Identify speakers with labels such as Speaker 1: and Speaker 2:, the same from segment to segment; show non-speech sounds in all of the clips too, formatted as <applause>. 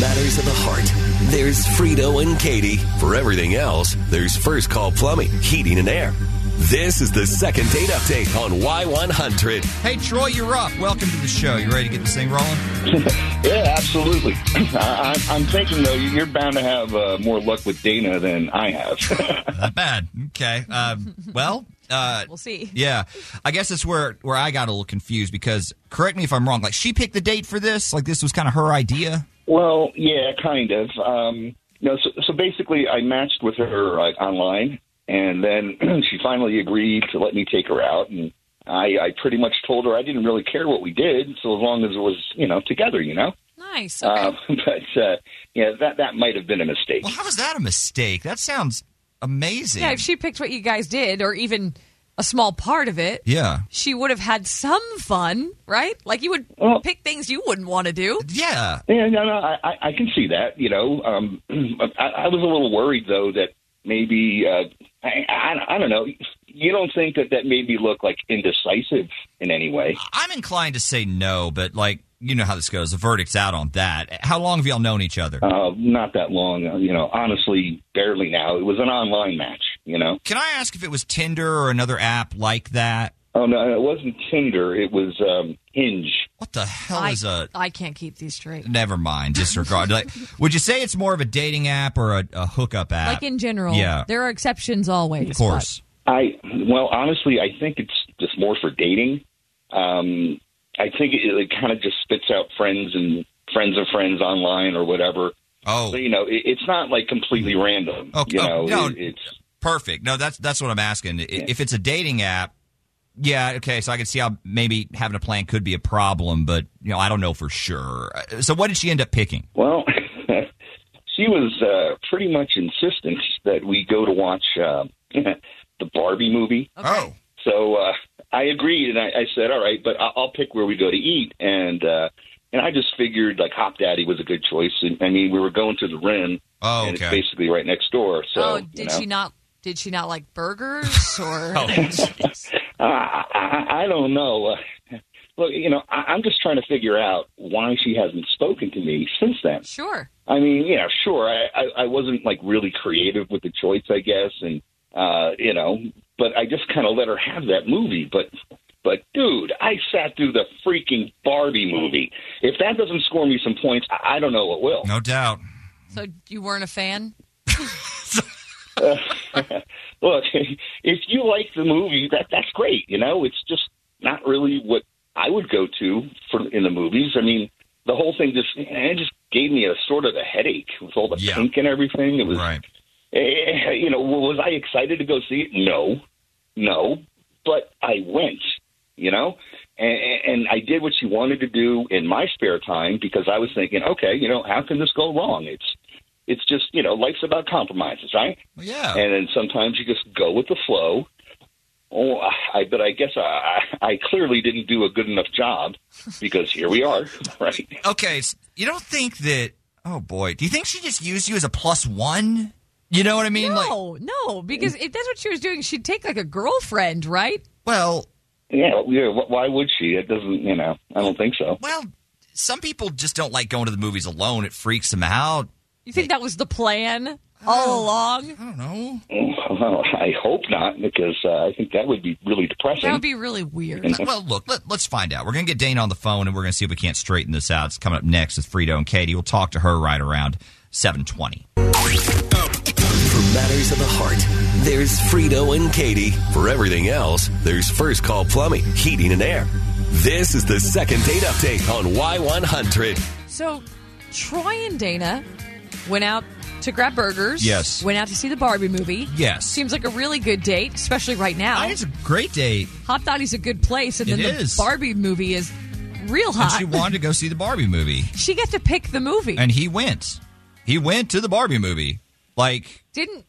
Speaker 1: matters of the heart, there's Frito and Katie. For everything else, there's First Call Plumbing, Heating and Air. This is the second date update on Y100.
Speaker 2: Hey, Troy, you're up. Welcome to the show. You ready to get this thing rolling?
Speaker 3: Yeah, absolutely. <clears throat> I, I'm- I'm thinking though, you're bound to have uh, more luck with Dana than I have. <laughs>
Speaker 2: Not bad. Okay. Uh, well, uh,
Speaker 4: We'll see.
Speaker 2: yeah. I guess that's where where I got a little confused because correct me if I'm wrong. Like she picked the date for this. Like this was kind of her idea.
Speaker 3: well, yeah, kind of. Um, no, so, so basically, I matched with her uh, online, and then <clears throat> she finally agreed to let me take her out, and I, I pretty much told her I didn't really care what we did, so as long as it was, you know, together, you know.
Speaker 4: Nice. Okay.
Speaker 3: Uh, <laughs> but uh, yeah, that that might have been a mistake.
Speaker 2: Well, how is that a mistake? That sounds amazing.
Speaker 4: yeah, if she picked what you guys did, or even a small part of it,
Speaker 2: yeah.
Speaker 4: she would have had some fun, right? Like you would
Speaker 3: Well-
Speaker 4: pick things you wouldn't want to do.
Speaker 2: Yeah.
Speaker 3: Yeah, no, no, I, I I can see that. You know, um, <clears throat> I, I was a little worried though that maybe uh, I, I, I don't know. You don't think that that made me look like indecisive in any way?
Speaker 2: I'm inclined to say no, but like you know how this goes. The verdict's out on that. How long have y'all known each other?
Speaker 3: Uh, not that long, uh, you know. Honestly, barely. Now it was an online match. You know.
Speaker 2: Can I ask if it was Tinder or another app like that?
Speaker 3: Oh no, it wasn't Tinder. It was um, Hinge.
Speaker 2: What the hell
Speaker 4: I,
Speaker 2: is a
Speaker 4: I can't keep these straight.
Speaker 2: Never mind. Disregard. like, would you say it's more of a dating app or a, a hookup app?
Speaker 4: Like in general,
Speaker 2: yeah.
Speaker 4: there are exceptions always.
Speaker 2: of course.
Speaker 3: I well, honestly, I think it's just more for dating. Um, I think it, it kind of just spits out friends and friends of friends online or whatever.
Speaker 2: Oh,
Speaker 3: So, you know, it, it's not like completely random.
Speaker 2: Okay.
Speaker 3: You
Speaker 2: Oh,
Speaker 3: know,
Speaker 2: no.
Speaker 3: it- it's
Speaker 2: perfect. No, that's that's what I'm asking. I If it's a dating app, yeah, okay. So I can see how maybe having a plan could be a problem, but you know, I don't know for sure. Uh, So what did she end up picking?
Speaker 3: well, <laughs> she was uh, pretty much insistent that we go to watch uh, <laughs> the Barbie movie.
Speaker 2: Oh,
Speaker 3: So uh, I agreed, and I, I said, "All right, but I'll, I'll pick where we go to eat." And uh, and I just figured like Hop Daddy was a good choice. And, I mean, we were going to the Rim,
Speaker 2: oh,
Speaker 3: and it's
Speaker 2: okay.
Speaker 3: basically right next door. So
Speaker 4: oh,
Speaker 3: you
Speaker 4: did
Speaker 3: know.
Speaker 4: she not? Did she not
Speaker 2: <laughs>
Speaker 4: like burgers or?
Speaker 2: Oh, jeez.
Speaker 3: Uh, I, I- I don't know. Uh, <laughs> Look, you know, I, I'm just trying to figure out why she hasn't spoken to me since then.
Speaker 4: Sure.
Speaker 3: I mean, yeah, sure. I, I, I wasn't like really creative with the choice, I guess, and uh, you know, but I just kind of let her have that movie. But, but dude, I sat through the freaking Barbie movie. If that doesn't score me some points, I, I don't know what will.
Speaker 2: no
Speaker 3: <laughs>
Speaker 2: doubt.
Speaker 4: So you weren't a fan?
Speaker 3: Look, <laughs> if you like the movie, that that's great. You know, it's just not really what I would go to for in the movies. I mean, the whole thing just it just gave me a sort of a headache with all the
Speaker 2: Yeah.
Speaker 3: pink and everything. It was
Speaker 2: Right.
Speaker 3: Eh, you know, was I excited to go see it? No, no, but I went. You know, and, and I did what she wanted to do in my spare time because I was thinking, okay, you know, how can this go wrong? It's, it's just you know, life's about compromises, right?
Speaker 2: Well, yeah.
Speaker 3: And then sometimes you just go with the flow. Oh, I, but I guess I, I I clearly didn't do a good enough job because here we are, <laughs> right?
Speaker 2: okay, s- you don't think that? Oh boy, do you think she just used you as a plus one? You know what I mean? Like, mm.
Speaker 4: No, no. Because if that's what she was doing, she'd take like a girlfriend, right?
Speaker 2: well,
Speaker 3: Yeah, yeah. wh- Why would she? It doesn't, you know. I don't think so.
Speaker 2: well, some people just don't like going to the movies alone. It freaks them out.
Speaker 4: You think that was the plan
Speaker 2: Oh.
Speaker 4: all along?
Speaker 2: I don't know.
Speaker 3: Well, I hope not, because uh, I think that would be really depressing.
Speaker 4: That would be really weird.
Speaker 3: And-
Speaker 2: Well, look, let, us find out. We're going to get Dana on the phone, and we're going to see if we can't straighten this out. It's coming up next with Frito and Katie. We'll talk to her right around 720.
Speaker 1: For matters of the heart, there's Frito and Katie. For everything else, there's First Call Plumbing, Heating and Air. This is the second date update on Y100.
Speaker 4: So Troy and Dana went out to grab burgers.
Speaker 2: Yes.
Speaker 4: Went out to see the Barbie movie.
Speaker 2: Yes.
Speaker 4: Seems like a really good date, especially right now.
Speaker 2: It's a great date.
Speaker 4: Hot Toddy's a good place, and
Speaker 2: It
Speaker 4: then the
Speaker 2: is.
Speaker 4: Barbie movie is real
Speaker 2: And
Speaker 4: hot. <laughs>
Speaker 2: she wanted to go see the Barbie movie,
Speaker 4: She got to pick the movie.
Speaker 2: and he went. He went to the Barbie movie. Like,
Speaker 4: Didn't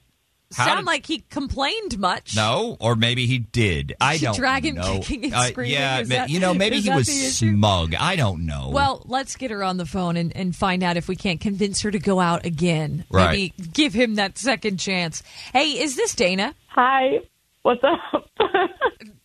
Speaker 2: How
Speaker 4: sound
Speaker 2: did-
Speaker 4: like he complained much.
Speaker 2: no, or maybe he did. I
Speaker 4: She
Speaker 2: don't
Speaker 4: drag him
Speaker 2: know. Uh,
Speaker 4: kicking and screaming?
Speaker 2: yeah,
Speaker 4: Is
Speaker 2: ma-
Speaker 4: that-
Speaker 2: you know, maybe
Speaker 4: is
Speaker 2: he
Speaker 4: that
Speaker 2: was
Speaker 4: the issue?
Speaker 2: smug. I don't know.
Speaker 4: Well, let's get her on the phone and, and find out if we can't convince her to go out again.
Speaker 2: Right.
Speaker 4: Maybe give him that second chance. Hey, is this Dana?
Speaker 5: Hi, what's up?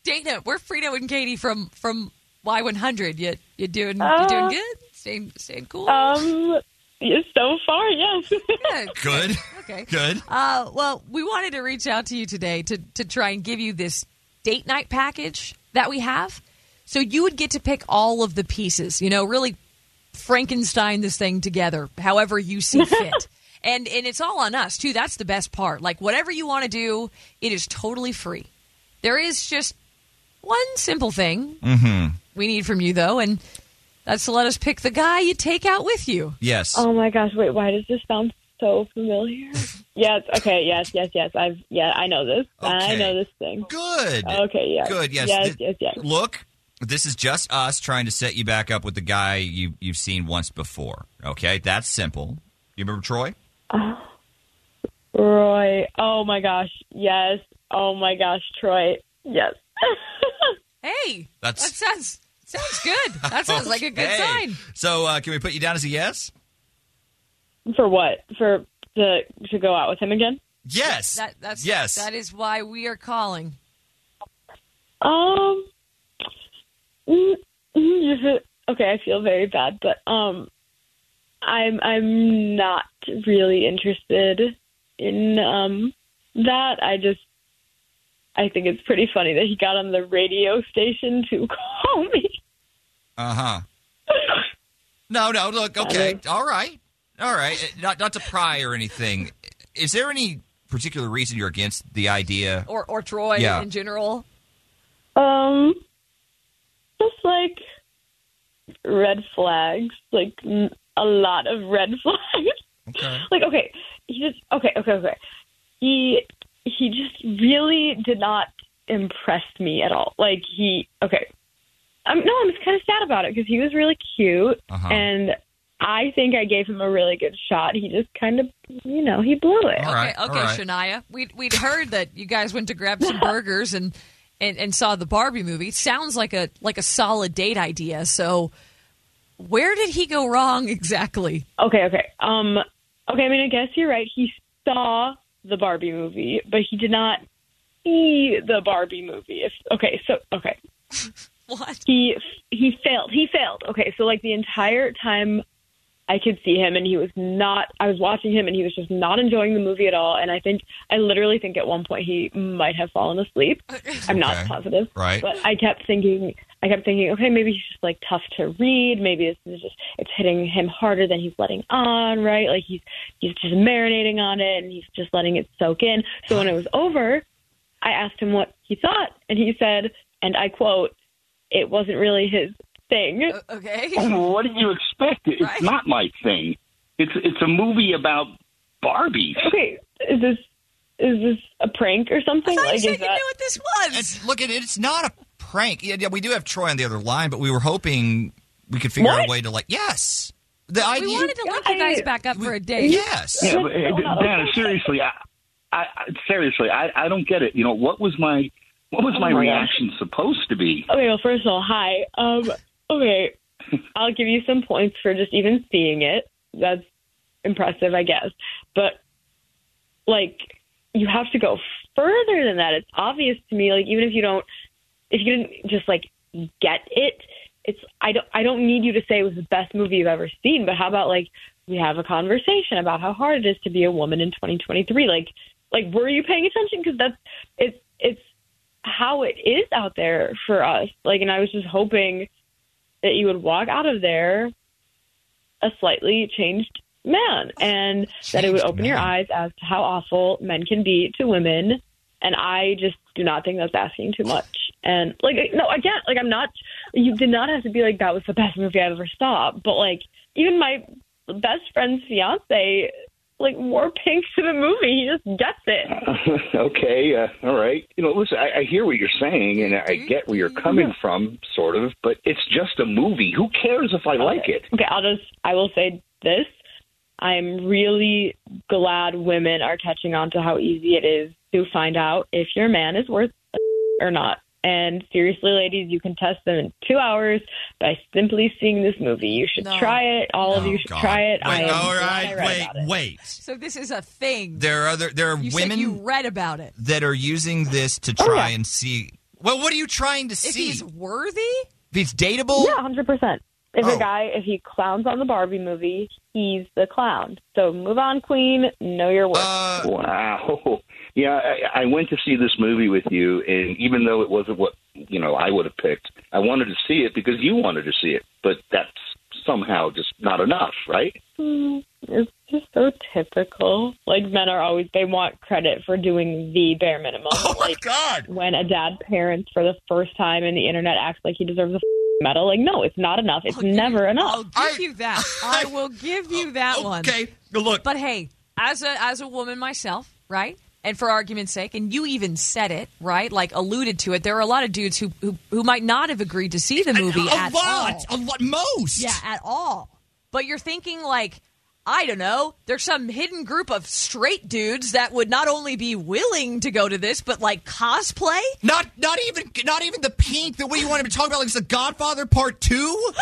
Speaker 4: Dana, we're Frito and Katie from from Y100. You you doing you
Speaker 5: Uh,
Speaker 4: doing good? Staying staying cool. <laughs>
Speaker 5: um, yeah, so far, yes. <laughs>
Speaker 4: Yeah.
Speaker 2: good.
Speaker 4: <laughs> Okay.
Speaker 2: Good.
Speaker 4: Uh, well, we wanted to reach out to you today to to try and give you this date night package that we have, so you would get to pick all of the pieces. You know, really Frankenstein this thing together, however you
Speaker 5: <laughs>
Speaker 4: see fit. And, and it's all on us too. That's the best part. Like whatever you want to do, it is totally free. There is just one simple thing
Speaker 2: Mm-hmm.
Speaker 4: we need from you though, and that's to let us pick the guy you take out with you.
Speaker 2: Yes.
Speaker 5: oh my gosh, wait, why does this sound so familiar? yes, okay, yes, yes, yes. I've yeah, I know this. I
Speaker 2: Okay.
Speaker 5: know this thing.
Speaker 2: Good.
Speaker 5: Okay, yes.
Speaker 2: Good. Yes.
Speaker 5: Yes,
Speaker 2: Th-
Speaker 5: yes, yes.
Speaker 2: Look, this is just us trying to set you back up with the guy you you've seen once before. Okay, that's simple. You remember Troy?
Speaker 5: Roy. Oh my gosh. Yes. Oh my gosh, Troy. Yes. <laughs>
Speaker 4: Hey,
Speaker 2: That's-
Speaker 4: that sounds sounds good. That sounds like a good
Speaker 2: Okay.
Speaker 4: sign.
Speaker 2: So, uh, can we put you down as a yes?
Speaker 5: For what? For to to go out with him again?
Speaker 2: Yes.
Speaker 4: That, that's
Speaker 2: yes.
Speaker 4: That is why we are calling.
Speaker 5: Um. mm, mm, Okay, I feel very bad, but um, I'm I'm not really interested in um that. I just I think it's pretty funny that he got on the radio station to <laughs> call me.
Speaker 2: uh huh. No, no. Look. Okay. All right. All right. Uh, Not not to pry or anything. Is there any particular reason you're against the idea?
Speaker 4: Or or Troy
Speaker 2: Yeah.
Speaker 4: in general.
Speaker 5: Um, just like red flags, like n- a lot of red <laughs> flags.
Speaker 2: Okay.
Speaker 5: like okay he just okay okay okay he he just really did not impress me at all like he okay um, no i'm just kind of sad about it because he was really cute
Speaker 2: Uh-huh.
Speaker 5: and i think i gave him a really good shot he just kind of you know he blew it
Speaker 2: All right,
Speaker 4: okay,
Speaker 2: all right.
Speaker 4: okay, Shania. We we'd heard that you guys went to grab some burgers and, and and saw the Barbie movie. Sounds like a like a solid date idea. So where did he go wrong exactly?
Speaker 5: okay okay um okay i mean i guess you're right he saw the barbie movie but he did not see the barbie movie if okay so okay
Speaker 4: What?
Speaker 5: he he failed. He failed. Okay, so like the entire time I could see him and he was not I was watching him and he was just not enjoying the movie at all and I think I literally think at one point he might have fallen asleep. I'm
Speaker 2: <laughs> Okay.
Speaker 5: not positive.
Speaker 2: Right.
Speaker 5: But I kept thinking I kept thinking, okay, maybe he's just like tough to read, maybe this is just it's hitting him harder than he's letting on, right? Like he's he's just marinating on it and he's just letting it soak in. So when it was over, I asked him what he thought and he said, and I quote, it wasn't really his thing.
Speaker 4: Uh, Okay.
Speaker 3: And what did you expect? It's
Speaker 4: Right.
Speaker 3: not my thing. It's it's a movie about Barbies.
Speaker 5: Okay, is this is this a prank or
Speaker 4: I
Speaker 5: something?
Speaker 4: thought you
Speaker 5: Like
Speaker 4: said you
Speaker 5: is
Speaker 4: knew
Speaker 5: that
Speaker 4: what this was.
Speaker 2: It's, look, it, it's not a prank. Yeah, yeah, we do have Troy on the other line, but we were hoping we could figure out a
Speaker 5: What?
Speaker 2: way to like. Yes, the
Speaker 4: We
Speaker 2: idea.
Speaker 4: wanted to link you guys back up for a date.
Speaker 2: yes.
Speaker 3: Yeah,
Speaker 5: That's
Speaker 3: but,
Speaker 5: so
Speaker 3: uh,
Speaker 5: not
Speaker 3: Dana, seriously, I, I, I seriously, I, I don't get it. You know what was my what
Speaker 4: Oh
Speaker 3: was my,
Speaker 5: my God.
Speaker 3: reaction supposed to be?
Speaker 5: okay? Well, first of all, hi. Um, okay, I'll give you some points for just even seeing it. That's impressive, I guess. But like, you have to go further than that. It's obvious to me. Like, even if you don't, if you didn't just like get it, it's I don't I don't need you to say it was the best movie you've ever seen. But how about like we have a conversation about how hard it is to be a woman in 2023? Like, like were you paying attention? Because that's it's it's how it is out there for us. Like, and I was just hoping that you would walk out of there a slightly changed man and that it would
Speaker 2: Changed
Speaker 5: open your
Speaker 2: man.
Speaker 5: eyes as to how awful men can be to women. And I just do not think that's asking too much. And like, no, again, like I'm not, you did not have to be like, that was the best movie I ever saw. But like, even my best friend's fiance, like wore pink to the movie. He just gets
Speaker 3: <laughs>
Speaker 5: it.
Speaker 3: okay, uh, all right. You know, listen, I, I hear what you're saying, and I get where you're coming from, sort of. But it's just a movie. Who cares if I like it?
Speaker 5: Okay, I'll just I will say this. I'm really glad women are catching on to how easy it is to find out if your man is worth a or not. And seriously, ladies, you can test them in two hours by simply seeing this movie. You should
Speaker 4: No.
Speaker 5: try it. All of
Speaker 2: Oh,
Speaker 5: you should
Speaker 2: God.
Speaker 5: try it. I
Speaker 2: Wait,
Speaker 5: am
Speaker 2: all
Speaker 5: glad I
Speaker 2: right,
Speaker 5: read
Speaker 2: wait,
Speaker 5: about it.
Speaker 2: wait.
Speaker 4: So this is a thing.
Speaker 2: There are other there are
Speaker 4: you
Speaker 2: women
Speaker 4: said you read about it.
Speaker 2: that are using this to try and see. Well, what are you trying to
Speaker 4: If
Speaker 2: see?
Speaker 4: he's worthy,
Speaker 2: If he's dateable,
Speaker 5: Yeah, hundred percent. If
Speaker 2: Oh.
Speaker 5: a guy, if he clowns on the Barbie movie, he's the clown. So move on, Queen. Know your worth.
Speaker 2: uh,
Speaker 3: Wow. <laughs> Yeah, I, I went to see this movie with you, and even though it wasn't what you know I would have picked, I wanted to see it because you wanted to see it. But that's somehow just not enough, right?
Speaker 5: Hmm, it's just so typical. Like men are always they want credit for doing the bare minimum.
Speaker 2: oh my
Speaker 5: like
Speaker 2: god.
Speaker 5: when a dad parents for the first time and the internet acts like he deserves a f***ing medal. Like no, it's not enough. It's
Speaker 4: I'll give
Speaker 5: never
Speaker 4: you- I'll
Speaker 5: enough.
Speaker 4: give
Speaker 2: I- Oh, <laughs>
Speaker 4: you that. I will give you that one.
Speaker 2: Okay, look.
Speaker 4: But hey, as a as a woman myself, right? And for argument's sake, and you even said it, right? Like alluded to it. There are a lot of dudes who who, who might not have agreed to see the movie
Speaker 2: a
Speaker 4: at
Speaker 2: lot, a
Speaker 4: all.
Speaker 2: lot, most.
Speaker 4: Yeah, at all. But you're thinking like, I don't know, there's some hidden group of straight dudes that would not only be willing to go to this, but like cosplay?
Speaker 2: Not, not even, not even the pink. The way you want to talk about, like it's The Godfather Part Two,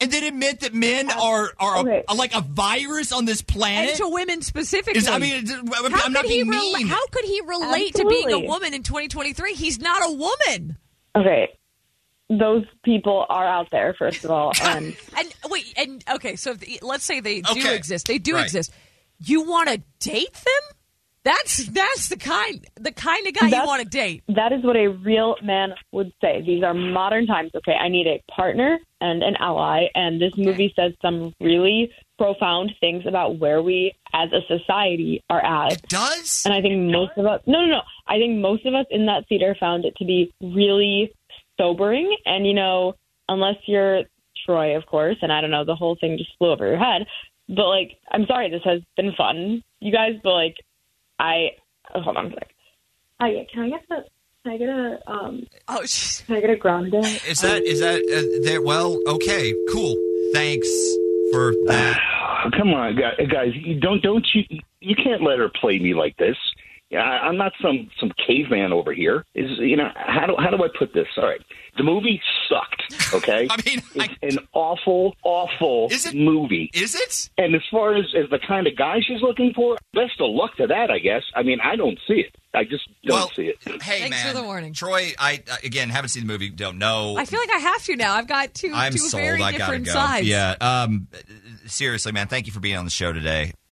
Speaker 2: and then admit that men are are,
Speaker 5: okay.
Speaker 2: are like a virus on this
Speaker 4: Uh, And
Speaker 2: planet.
Speaker 4: to women specifically.
Speaker 2: Is- I mean, it's- I'm
Speaker 4: how
Speaker 2: not
Speaker 4: could he
Speaker 2: being
Speaker 4: rela-
Speaker 2: mean.
Speaker 4: how could he relate to being a
Speaker 5: Absolutely.
Speaker 4: woman in 2023? He's not a woman.
Speaker 5: Okay, those people are out there. First of all, and
Speaker 4: And wait, and okay, so if the, let's say they do
Speaker 2: Okay.
Speaker 4: exist. They do
Speaker 2: Right.
Speaker 4: exist. You want to date them? That's that's the kind the kind of guy you
Speaker 5: That's-
Speaker 4: want to date.
Speaker 5: That is what a real man would say. These are modern times. Okay, I need a partner and an ally. And this movie says some really profound things about where we as a society are at.
Speaker 2: Does
Speaker 5: And I think most of us, no, no, no. I think most of us in that theater found it to be really sobering. And, you know, unless you're Troy, of course, and I don't know, the whole thing just flew over your head. But, like, I'm sorry, this has been fun, you guys, but, like, I, oh, hold on a sec. Oh, yeah, can I get the, can I get a, um,
Speaker 4: Oh, she's
Speaker 5: can I get a grande?
Speaker 2: is that is that uh, there? Well, okay, cool. Thanks for that.
Speaker 3: Oh, come on, gu- guys, you don't don't you you can't let her play me like this. Yeah, I- I'm not some some caveman over here. Is you know how do how do I put this? All right, the movie sucked. Okay,
Speaker 2: <laughs> I mean, I,
Speaker 3: it's an awful, awful
Speaker 2: Is it-
Speaker 3: movie.
Speaker 2: is it?
Speaker 3: And as far as, as the kind of guy she's looking for, best of luck to that, I guess. I mean, I don't see it. I just don't
Speaker 2: well,
Speaker 3: see it.
Speaker 2: hey
Speaker 4: Thanks
Speaker 2: man,
Speaker 4: for the warning.
Speaker 2: Troy. I uh, again haven't seen the movie. Don't know.
Speaker 4: I feel like I have to now. I've got 2
Speaker 2: I'm
Speaker 4: two
Speaker 2: sold.
Speaker 4: very
Speaker 2: I gotta
Speaker 4: different
Speaker 2: go.
Speaker 4: sides.
Speaker 2: Yeah. Um. Seriously, man. Thank you for being on the show today.